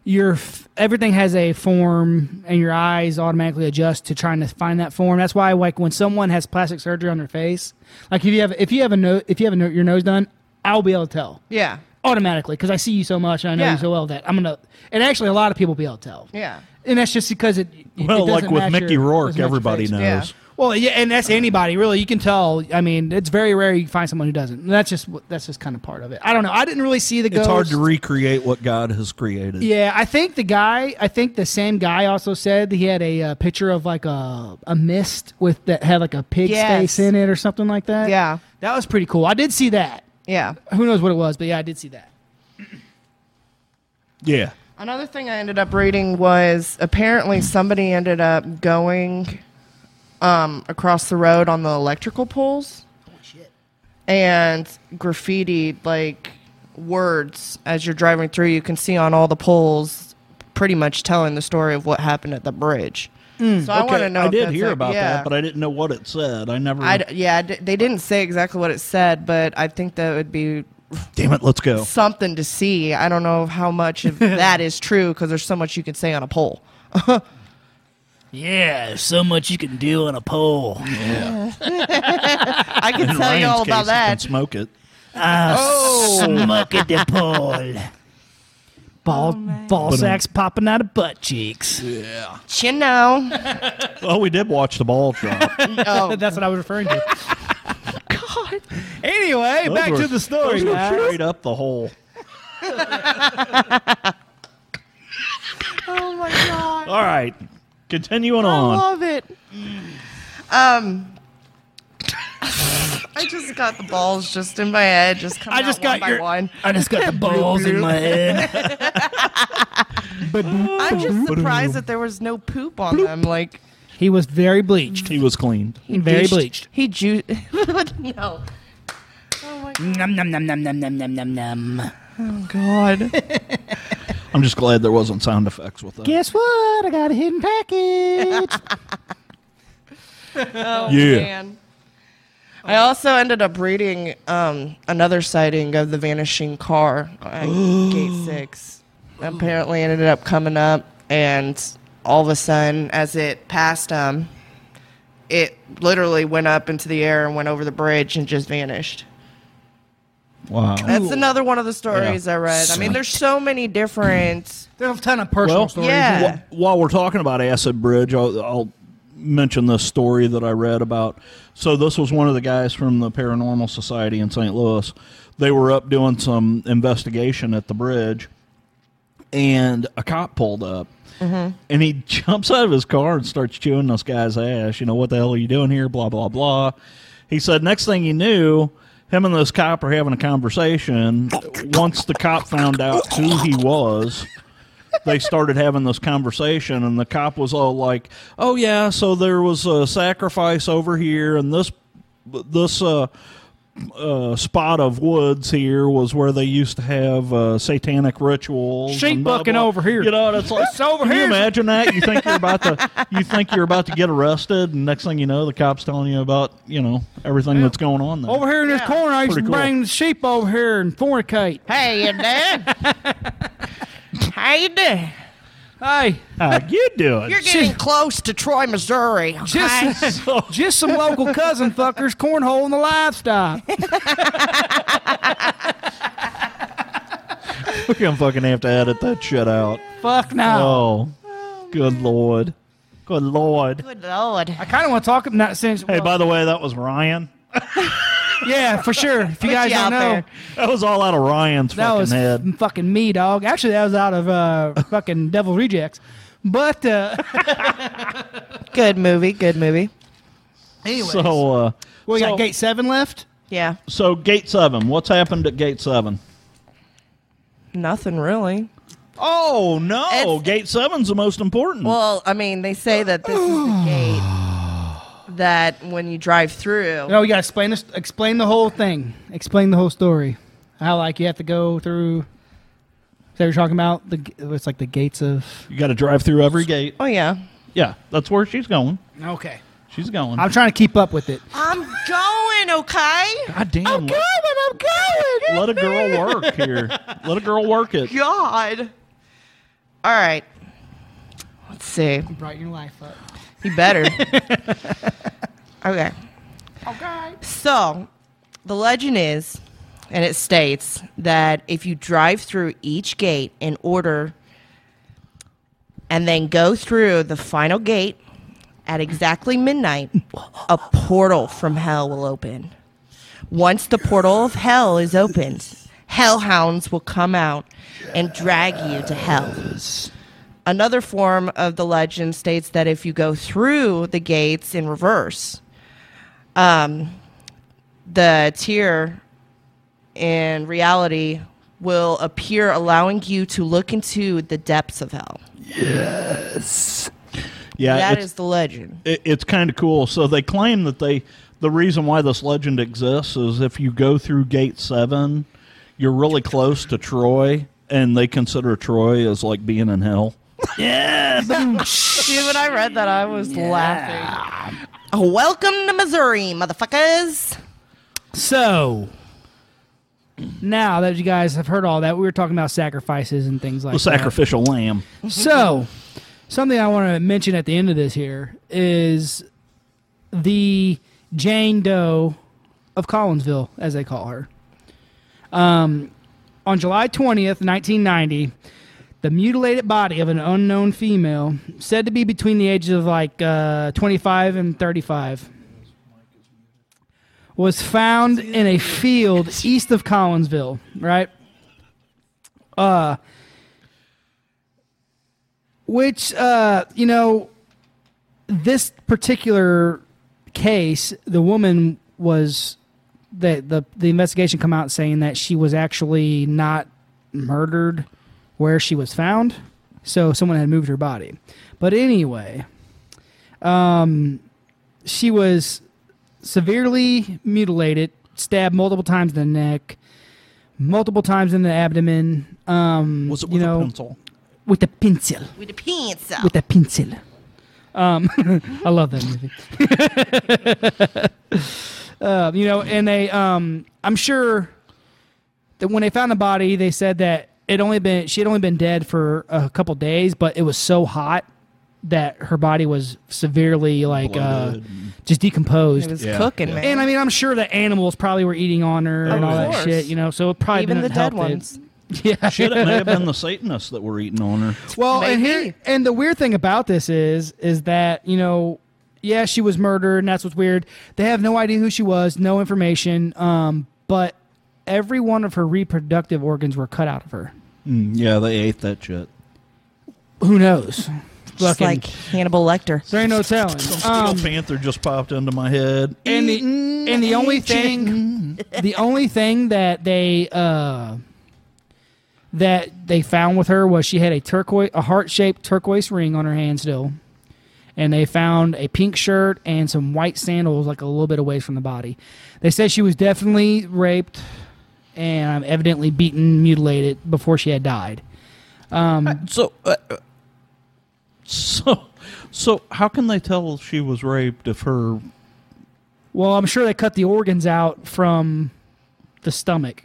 your f- everything has a form, and your eyes automatically adjust to trying to find that form. That's why, like, when someone has plastic surgery on their face, like if you have if you have a no, if you have a no, your nose done, I'll be able to tell
Yeah.
automatically because I see you so much and I know
Yeah.
you so well that I'm gonna. And actually, a lot of people be able to tell.
Yeah.
And that's just because it. it
Well,
doesn't
like with
match
Mickey
your-
Rourke,
doesn't match your
everybody
face.
knows.
yeah.
Well, yeah, and that's anybody really. You can tell. I mean, it's very rare you find someone who doesn't. And that's just what- that's just kind of part of it. I don't know. I didn't really see the.
It's hard to
ghost.
recreate what God has created.
Yeah, I think the guy, I think the same guy also said that he had a uh, picture of like a a mist with that had like a pig's
Yes.
face in it or something like that.
Yeah.
that was pretty cool. I did see that.
Yeah.
Who knows what it was, but yeah, I did see that.
Yeah.
Another thing I ended up reading was apparently somebody ended up going um, across the road on the electrical poles and graffitied like words as you're driving through. You can see on all the poles, pretty much telling the story of what happened at the bridge. so I want to know.
I
if
did
that's
hear
like-
about
yeah.
that, but I didn't know what it said. I never.
I d- yeah, I d- they didn't say exactly what it said, but I think that would be
damn it, let's go.
something to see. I don't know how much of that is true because there's so much you can say on a poll.
Yeah, so much you can do on a pole.
I can tell you all
Ryan's
about
case, he can
that.
smoke it.
Smoke at the pole.
Oh,
Ball ball
But, um,
sacks popping out of butt cheeks.
You know.
Oh, we did watch the ball drop.
Oh,
That's what I was referring to. God. Anyway,
Those
back
were-
to the story.
those were
guys.
straight up the hole.
oh my god.
All right, continuing
I
on.
love it. Um I just got the balls just in my head, just coming
I just
out one
got
by
your.
one.
I just got the balls in my head.
I'm just surprised that there was no poop on them. Like
He was very bleached.
He was clean.
Very
juiced-
bleached.
He ju no. Oh
Nom nom nom nom nom nom nom nom nom.
God.
I'm just glad there wasn't sound effects with that.
Guess what? I got a hidden package.
Oh
Yeah.
man. I also ended up reading um, another sighting of the vanishing car at Gate 6. Apparently ended up coming up, and all of a sudden, as it passed them, it literally went up into the air and went over the bridge and just vanished.
Wow.
That's another one of the stories I read. I mean, there's so many different.
There's a ton of personal
Well,
stories.
yeah.
Wh- While we're talking about Acid Bridge, I'll, I'll mention this story that I read about. So this was one of the guys from the Paranormal Society in St. Louis. They were up doing some investigation at the bridge, and a cop pulled up. And he jumps out of his car and starts chewing this guy's ass. You know, what the hell are you doing here? Blah, blah, blah. He said, next thing he knew, him and this cop are having a conversation. Once the cop found out who he was, they started having this conversation, and the cop was all like, "Oh yeah, so there was a sacrifice over here, and this this uh, uh, spot of woods here was where they used to have uh, satanic rituals."
Sheep
and blah,
bucking
blah."
over here.
You know, and it's like
It's over
can You
here.
imagine that? You think you're about to you think you're about to get arrested, and next thing you know, the cops telling you about you know everything that's going on there.
Over here in this corner, I used to
Pretty cool.
bring the sheep over here and fornicate.
Hey, you doing? How
Hey,
you doing?
How you doing?
You're getting close to Troy, Missouri. Okay?
just, just some local cousin fuckers cornhole in the livestock.
We're gonna fucking have to edit that shit out.
Fuck no.
Oh, good lord, good lord.
Good lord.
I kind of want to talk about since.
Hey,
well,
by the way, that was Ryan.
yeah, for sure. If you guys
you
don't
out
know,
there.
That was all out of Ryan's
that
fucking
was
head.
f- fucking me, dog. Actually, that was out of uh, fucking Devil Rejects. But uh,
Good movie. Good movie.
anyway,
So, uh,
we
so,
got gate seven left.
Yeah.
so gate seven. What's happened at gate seven?
Nothing really.
Oh no,
It's-
gate seven's the most important.
Well, I mean, they say that this is the gate that when you drive through.
No, we gotta explain this. Explain the whole thing. Explain the whole story. How like you have to go through. Is that what you're talking about? The g- it's like the gates of.
you got to drive through every gate.
Oh yeah.
Yeah, that's where she's going.
Okay.
She's going.
I'm trying to keep up with it.
I'm going. Okay.
God damn.
I'm going.
let-
I'm going.
Let a girl work here. Let a girl work it.
Oh, God. All right. Let's see.
Brighten your life up.
You better. okay. So, the legend is, and it states that if you drive through each gate in order and then go through the final gate, At exactly midnight, a portal from hell will open. Once the portal of hell is opened, hellhounds will come out and drag you to hell. Another form of the legend states that if you go through the gates in reverse, um, the tear in reality will appear, allowing you to look into the depths of hell.
Yeah,
that
it's,
is the legend.
it, it's kind of cool. So they claim that they the reason why this legend exists is if you go through Gate Seven, you're really close to Troy, and they consider Troy as like being in hell.
See, when I read that, I was laughing. Welcome to Missouri, motherfuckers.
So now that you guys have heard all that, we were talking about sacrifices and things like
The sacrificial lamb.
that. So something I want to mention at the end of this here is the Jane Doe of Collinsville, as they call her. Um, on July 20th, 1990, the mutilated body of an unknown female, said to be between the ages of like uh, 25 and 35, was found in a field east of Collinsville, right? Uh, which, uh, you know, this particular case, the woman was the, the the investigation come out saying that she was actually not murdered where she was found. So someone had moved her body. But anyway, um, she was severely mutilated, stabbed multiple times in the neck, multiple times in the abdomen, um,
Was it
You
with
know-
a pencil?
with a pencil
With the pizza.
with a pencil. Um, I love that movie. uh, you know, and they, um, I'm sure that when they found the body, they said that it only been she had only been dead for a couple days, but it was so hot that her body was severely like uh,
Bloated.
just decomposed.
it was
Yeah,
cooking,
yeah.
man.
and I mean, I'm sure that animals probably were eating on her and
Of
all that
course.
shit. You know, so it probably
Even the
didn't
dead
help it.
ones.
Yeah,
Shit, it may have been the Satanists that were eating on her.
Well, and here
Maybe.
and the weird thing about this is is that you know, yeah, she was murdered, and that's what's weird. They have no idea who she was, no information. Um, but every one of her reproductive organs were cut out of her.
Mm, yeah, they ate that shit.
Who knows?
Just
Fucking-
like Hannibal Lecter.
there ain't no telling.
Little
Um,
panther just popped into my head.
and the and the only thing the only thing that they uh that they found with her was she had a turquoise a heart shaped turquoise ring on her hand still. And they found a pink shirt and some white sandals like a little bit away from the body. They said she was definitely raped and um, evidently beaten, mutilated before she had died.
So, uh, uh, so, so, how can they tell she was raped if her?
Well, I'm sure they cut the organs out from the stomach.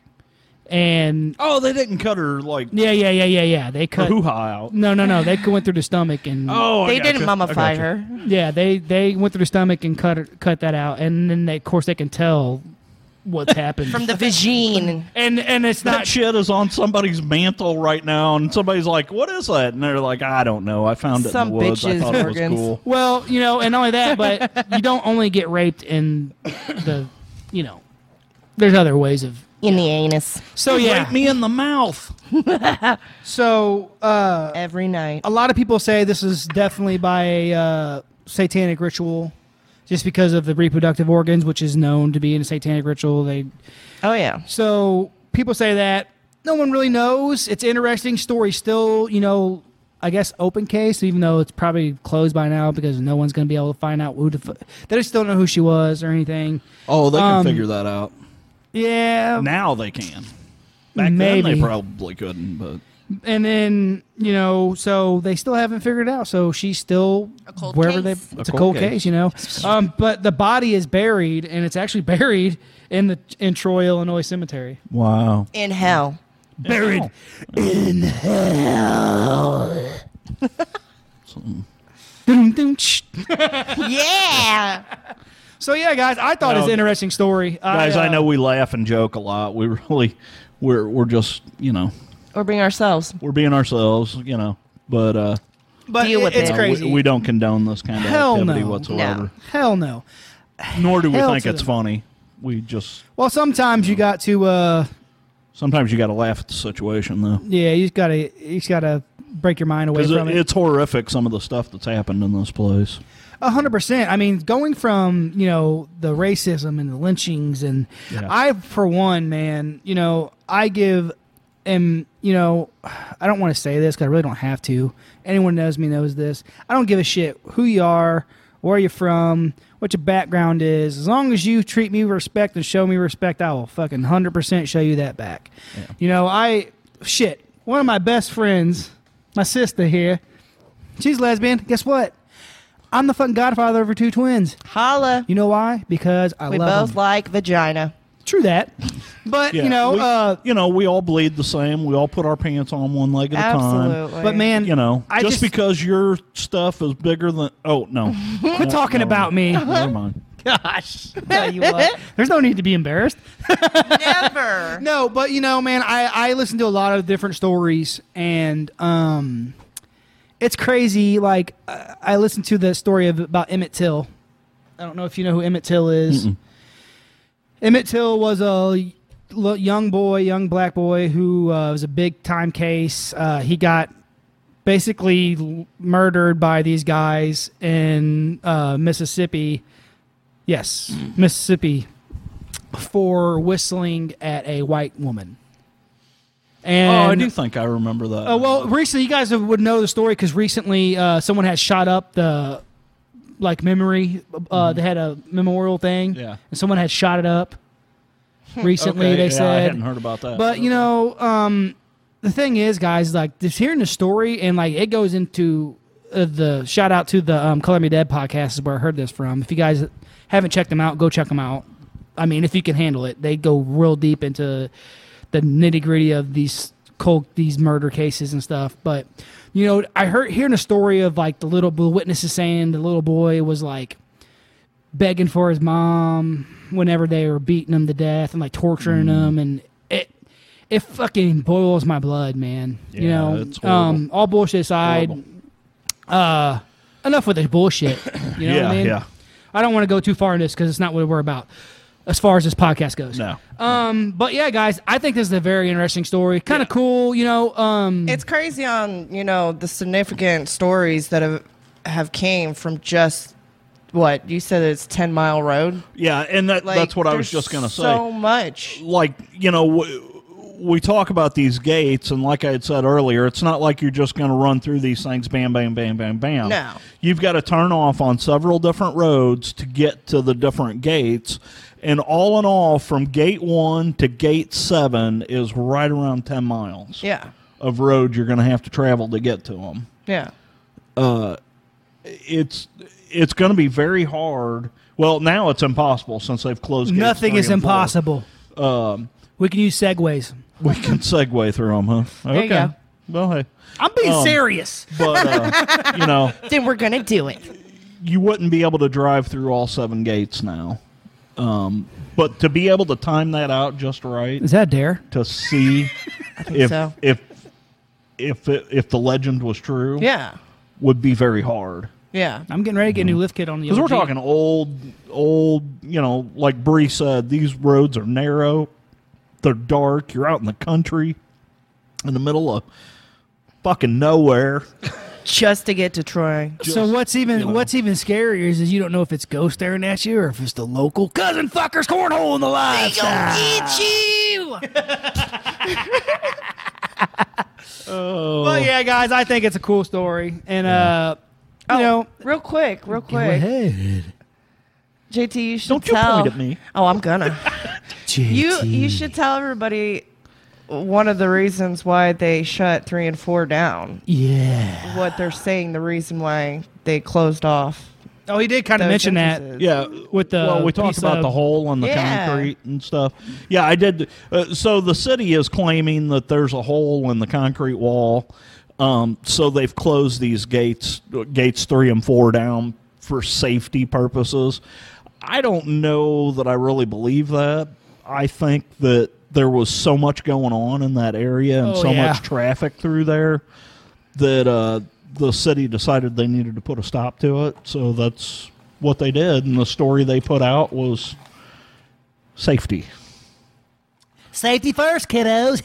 And
Oh, they didn't cut her like
yeah, yeah, yeah, yeah, yeah. They cut
hoo ha out.
No, no, no. They went through the stomach and
Oh, I
they
gotcha.
didn't
I
mummify
gotcha.
her.
yeah, they they went through the stomach and cut it- cut that out, and then they, of course they can tell what's happened
From the vagine.
and and it's
That
not
shit is on somebody's mantle right now, and somebody's like, "What is that?" And they're like, "I don't know. I found it
Some
in the woods. I
bitch's
thought it was
organs.
cool."
well, you know, and not only that, but you don't only get raped in the, you know, there's other ways of.
In the anus.
So yeah,
Rape me in the mouth.
so uh,
Every night.
a lot of people say this is definitely by a uh, satanic ritual, just because of the reproductive organs, which is known to be in a satanic ritual. They
Oh, yeah.
So people say that no one really knows. It's an interesting story, still, you know, I guess open case, even though it's probably closed by now because no one's going to be able to find out who. The f- they just don't know who she was or anything.
Oh, they can
Um,
figure that out
Yeah,
now. They can. Back then,
Maybe.
they probably couldn't. But
and then you know, so they still haven't figured it out. So she's still
A cold
wherever
case.
they. It's a, cold, case. you know. Um, but the body is buried, and it's actually buried in the in Troy, Illinois cemetery.
wow,
In hell.
Buried. Dun, dun, tsh.
yeah.
So yeah, guys, I thought it was an
No.
interesting story.
Um, guys, I
uh,
know we laugh and joke a lot. We really, we're we're just you know
Or being ourselves.
we're being ourselves, you know. But uh,
But
Deal
it-
with
it's
it.
Uh,
crazy.
We, we don't condone this kind of
Hell
activity
no.
whatsoever.
Hell no.
Nor do we
Hell
think
to
it's
the-
funny. We just
Well, sometimes you got to, uh,
sometimes you got to laugh at the situation though.
yeah, you just gotta, you just gotta break your mind away
'Cause
from
it-
it.
it's horrific some of the stuff that's happened in this place.
A hundred percent. I mean, going from you know the racism and the lynchings, and
Yeah.
I, for one, man, you know, I give, and you know, I don't want to say this because I really don't have to. Anyone who knows me knows this. I don't give a shit who you are, where you're from, what your background is. As long as you treat me with respect and show me respect, I will fucking hundred percent show you that back. You know, I shit. One of my best friends, my sister here, she's lesbian. Guess what? I'm the fucking godfather of her two twins.
Holla.
You know why? Because I
we
love
both
'em.
like vagina.
True that. But
Yeah,
you know,
we,
uh,
you know, we all bleed the same. We all put our pants on one leg at a
Absolutely.
time.
but man,
You know,
I
just,
just-
because your stuff is bigger than oh no,
quit talking
never
about me.
mind. Never mind.
Oh, Gosh, tell you what, there's no need to be embarrassed.
Never.
No, but you know, man, I I listen to a lot of different stories, and um, it's crazy. Like I I listened to the story of about Emmett Till. I don't know if you know who Emmett Till is. Emmett Till was a l- young boy, young black boy who uh, was a big time case. Uh, he got basically l- murdered by these guys in uh, Mississippi. Yes, Mississippi for whistling at a white woman.
Oh,
And
I do think I remember that.
uh, well, recently you guys would know the story because recently uh, someone has shot up the like memory. Uh, They had a memorial thing,
Mm-hmm. Yeah.
and someone had shot it up. Recently,
Okay,
they
yeah, I
said,
hadn't heard about that.
but you know, um, the thing is, guys, like just hearing the story and like it goes into uh, the shout out to the um, Color Me Dead podcast is where I heard this from. If you guys haven't checked them out, go check them out. I mean, if you can handle it, they go real deep into the nitty gritty of these cold these murder cases and stuff. But you know, I heard hearing a story of like the little the witnesses saying the little boy was like begging for his mom whenever they were beating him to death and like torturing
Mm.
him and it it fucking boils my blood man you
Yeah,
know
it's horrible.
um all bullshit aside
Horrible.
uh enough with the bullshit you know
yeah,
what i mean
yeah,
i don't want to go too far in this because it's not what we're about as far as this podcast goes
no,
um but yeah guys i think this is a very interesting story kind of cool you know um
It's crazy on you know the significant stories that have have came from just what you said. It's ten mile road.
yeah, and that,
Like,
that's what I was
there's
just gonna say.
So much.
like you know w- we talk about these gates and like i had said earlier it's not like you're just going to run through these things bam bam bam bam bam
No.
you've got to turn off on several different roads to get to the different gates and all in all from gate one to gate seven is right around 10 miles
Yeah.
of road you're going to have to travel to get to them
Yeah.
it's it's going to be very hard well now it's impossible since they've closed gates
nothing
three
is
and four.
impossible
um,
we can use segues
we can segue through them huh okay
you go.
well hey
i'm being
Um,
serious
but uh, you know
Then we're gonna do it.
you wouldn't be able to drive through all seven gates now um, but to be able to time that out just right
is that a dare
to see if,
so.
if if it, if the legend was true
Yeah.
would be very hard
Yeah.
I'm getting ready to get a new lift kit on the.
because Mm-hmm. we're
OG.
talking old old you know like bree said these roads are narrow they're dark you're out in the country in the middle of fucking nowhere
Just to get to Troy.
so
just,
what's even
you know.
what's even scarier is, is you don't know if it's ghost staring at you or if it's the local cousin fuckers cornhole in the live.
Oh.
But yeah, guys, I think it's a cool story, and uh, you know,
Oh, Real quick, real quick. JT, you should
Don't you
tell.
point at me.
Oh, I'm gonna. you you should tell everybody one of the reasons why they shut three and four down.
Yeah.
What they're saying, the reason why they closed off.
Oh, he did kind of
those
mention that.
entrances.
Yeah,
With the
well, we talked
piece
about
of-
the hole and the
Yeah.
concrete and stuff. Yeah, I did. Uh, so the city is claiming that there's a hole in the concrete wall, um, so they've closed these gates, gates three and four down for safety purposes. I don't know that I really believe that. I think that there was so much going on in that area and
Oh,
so
yeah.
much traffic through there that uh, the city decided they needed to put a stop to it, so that's what they did. And the story they put out was safety.
Safety first, kiddos.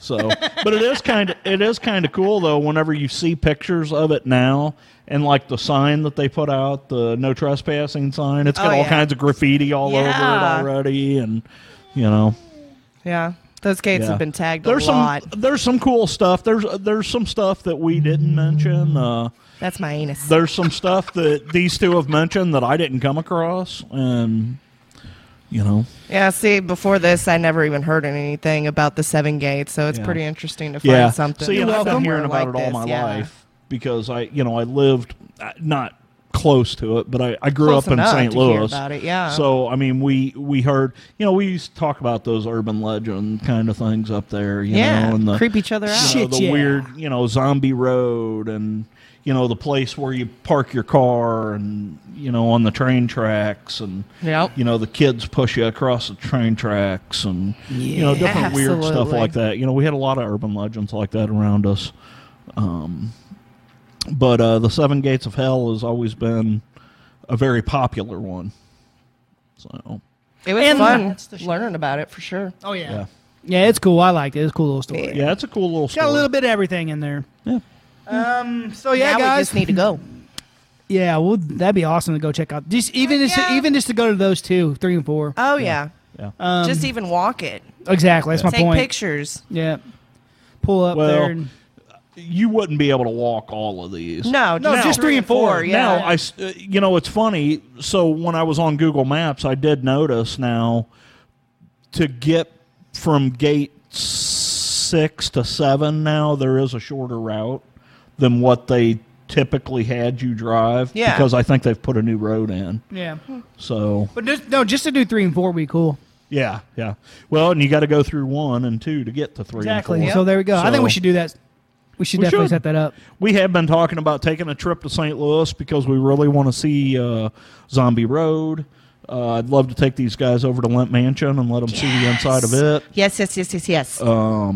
So, but it is kind of it is kind of cool though. Whenever you see pictures of it now, and like the sign that they put out, the no trespassing sign, it's got
Oh,
all
yeah.
kinds of graffiti all
Yeah.
over it already, and you know,
yeah, those gates
yeah.
have been tagged
there's
a
some
lot.
there's some cool stuff. There's there's some stuff that we didn't mention. Uh,
That's my anus.
there's some stuff that these two have mentioned that I didn't come across, and you know,
yeah, see, before this, I never even heard anything about the seven gates, so it's
Yeah.
pretty interesting to find
yeah.
something.
See, and I've been
somewhere
hearing about
like
it all
this,
my
yeah.
life because I, you know, I lived uh, not close to it, but I, I grew
Close
up in
enough
St.
to hear
Louis.
about it, yeah.
So I mean, we we heard, you know, we used to talk about those urban legend kind of things up there, you
Yeah,
know, and the
creep each other out.
you know,
Shit,
the
yeah.
weird, you know, zombie road and you know the place where you park your car and you know on the train tracks and
Yep.
you know the kids push you across the train tracks and you know different weird stuff
Absolutely.
like that. You know, we had a lot of urban legends like that around us. Um, but uh, the Seven Gates of Hell has always been a very popular one. So
It was
And-
fun
That's the shit.
learning about it for sure.
Oh yeah.
yeah,
yeah, It's cool. I liked it. It's a cool little story.
yeah, it's a cool little
Got
story.
a little bit of everything in there.
Yeah.
So yeah,
now we
guys.
just need to go.
yeah, well, that'd be awesome to go check out. Just even just
Yeah.
even just to go to those two, three, and four.
Oh yeah,
Yeah.
just even walk it,
exactly. That's my
take
Um, point.
pictures.
Yeah. Pull up
Well,
there. And,
You wouldn't be able to walk all of these.
No,
No, just three and four.
Yeah.
Now I, s- uh, you know, it's funny. So when I was on Google Maps, I did notice now to get from gate six to seven. Now there is a shorter route than what they typically had you drive.
Yeah.
because I think they've put a new road in.
yeah.
So
But just, no, just to do three and four would be cool.
yeah, yeah. Well, and you got to go through one and two to get to three. and
Exactly.
four.
So there we go. I think we
So-
should do that. We should
We
definitely
should.
set that up.
We have been talking about taking a trip to St. Louis because we really want to see uh, Zombie Road. Uh, I'd love to take these guys over to Lent Mansion and let them see the inside of it.
yes, yes, yes, yes, yes.
Uh,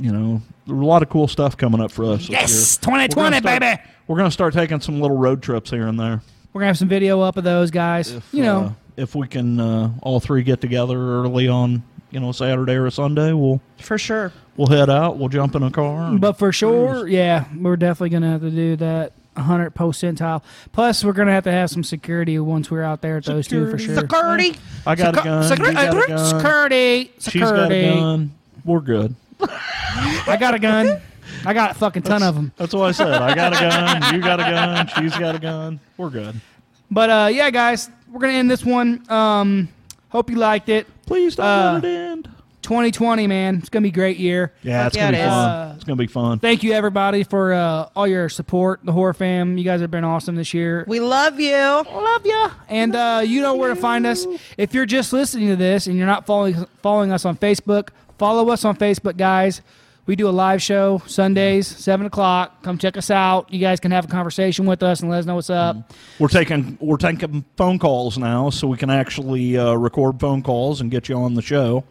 You know, there are a lot of cool stuff coming up for us. this
Yes,
year. We're gonna
2020,
start-
baby.
We're going to start taking some little road trips here and there.
We're gonna have some video up of those guys. you know,
Uh, if we can uh, all three get together early on, you know, Saturday or Sunday, we'll
for sure.
we'll head out. We'll jump in a car. and-
But for sure, yeah, we're definitely gonna have to do that. 100 percentile. Plus, we're gonna have to have some security once we're out there at those two for sure.
Security.
I got a gun. you got a gun.
Security.
She's got a gun. We're good.
I got a gun. I got a fucking ton of them.
That's what I said. I got a gun. You got a gun. She's got a gun. We're good.
But uh, yeah, guys, we're gonna end this one. Um, hope you liked it.
Please don't
Uh,
let it end.
2020, man, it's gonna be a great year.
Yeah,
Fuck
it's
yeah,
gonna be
it is.
fun.
Uh,
it's gonna be fun.
Thank you everybody for uh, all your support. The horror fam, you guys have been awesome this year.
We love you.
love ya. And uh, you know where to find us. If you're just listening to this and you're not following following us on Facebook, follow us on Facebook, guys. We do a live show Sundays, seven o'clock. Come check us out. You guys can have a conversation with us and let us know what's up.
We're taking we're taking phone calls now, so we can actually uh, record phone calls and get you on the show.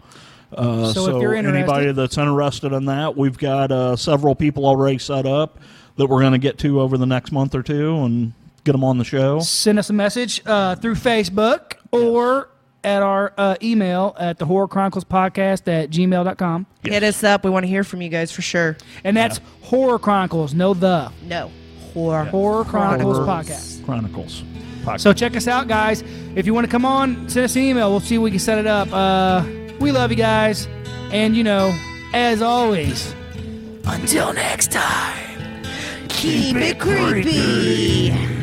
Uh,
So if you're
anybody
interested-
that's interested in that, we've got uh, several people already set up that we're gonna get to over the next month or two and get them on the show.
Send us a message uh, through Facebook or at our uh, email at the Horror Chronicles Podcast at gmail.com.
Hit us up. We want to hear from you guys for sure.
And that's Horror Chronicles, no the.
No. Horror.
Horror Chronicles
Horror
Podcast.
Chronicles.
So check us out, guys. If you want to come on, send us an email. We'll see if we can set it up. Uh, we love you guys. And, you know, as always,
Keep it creepy.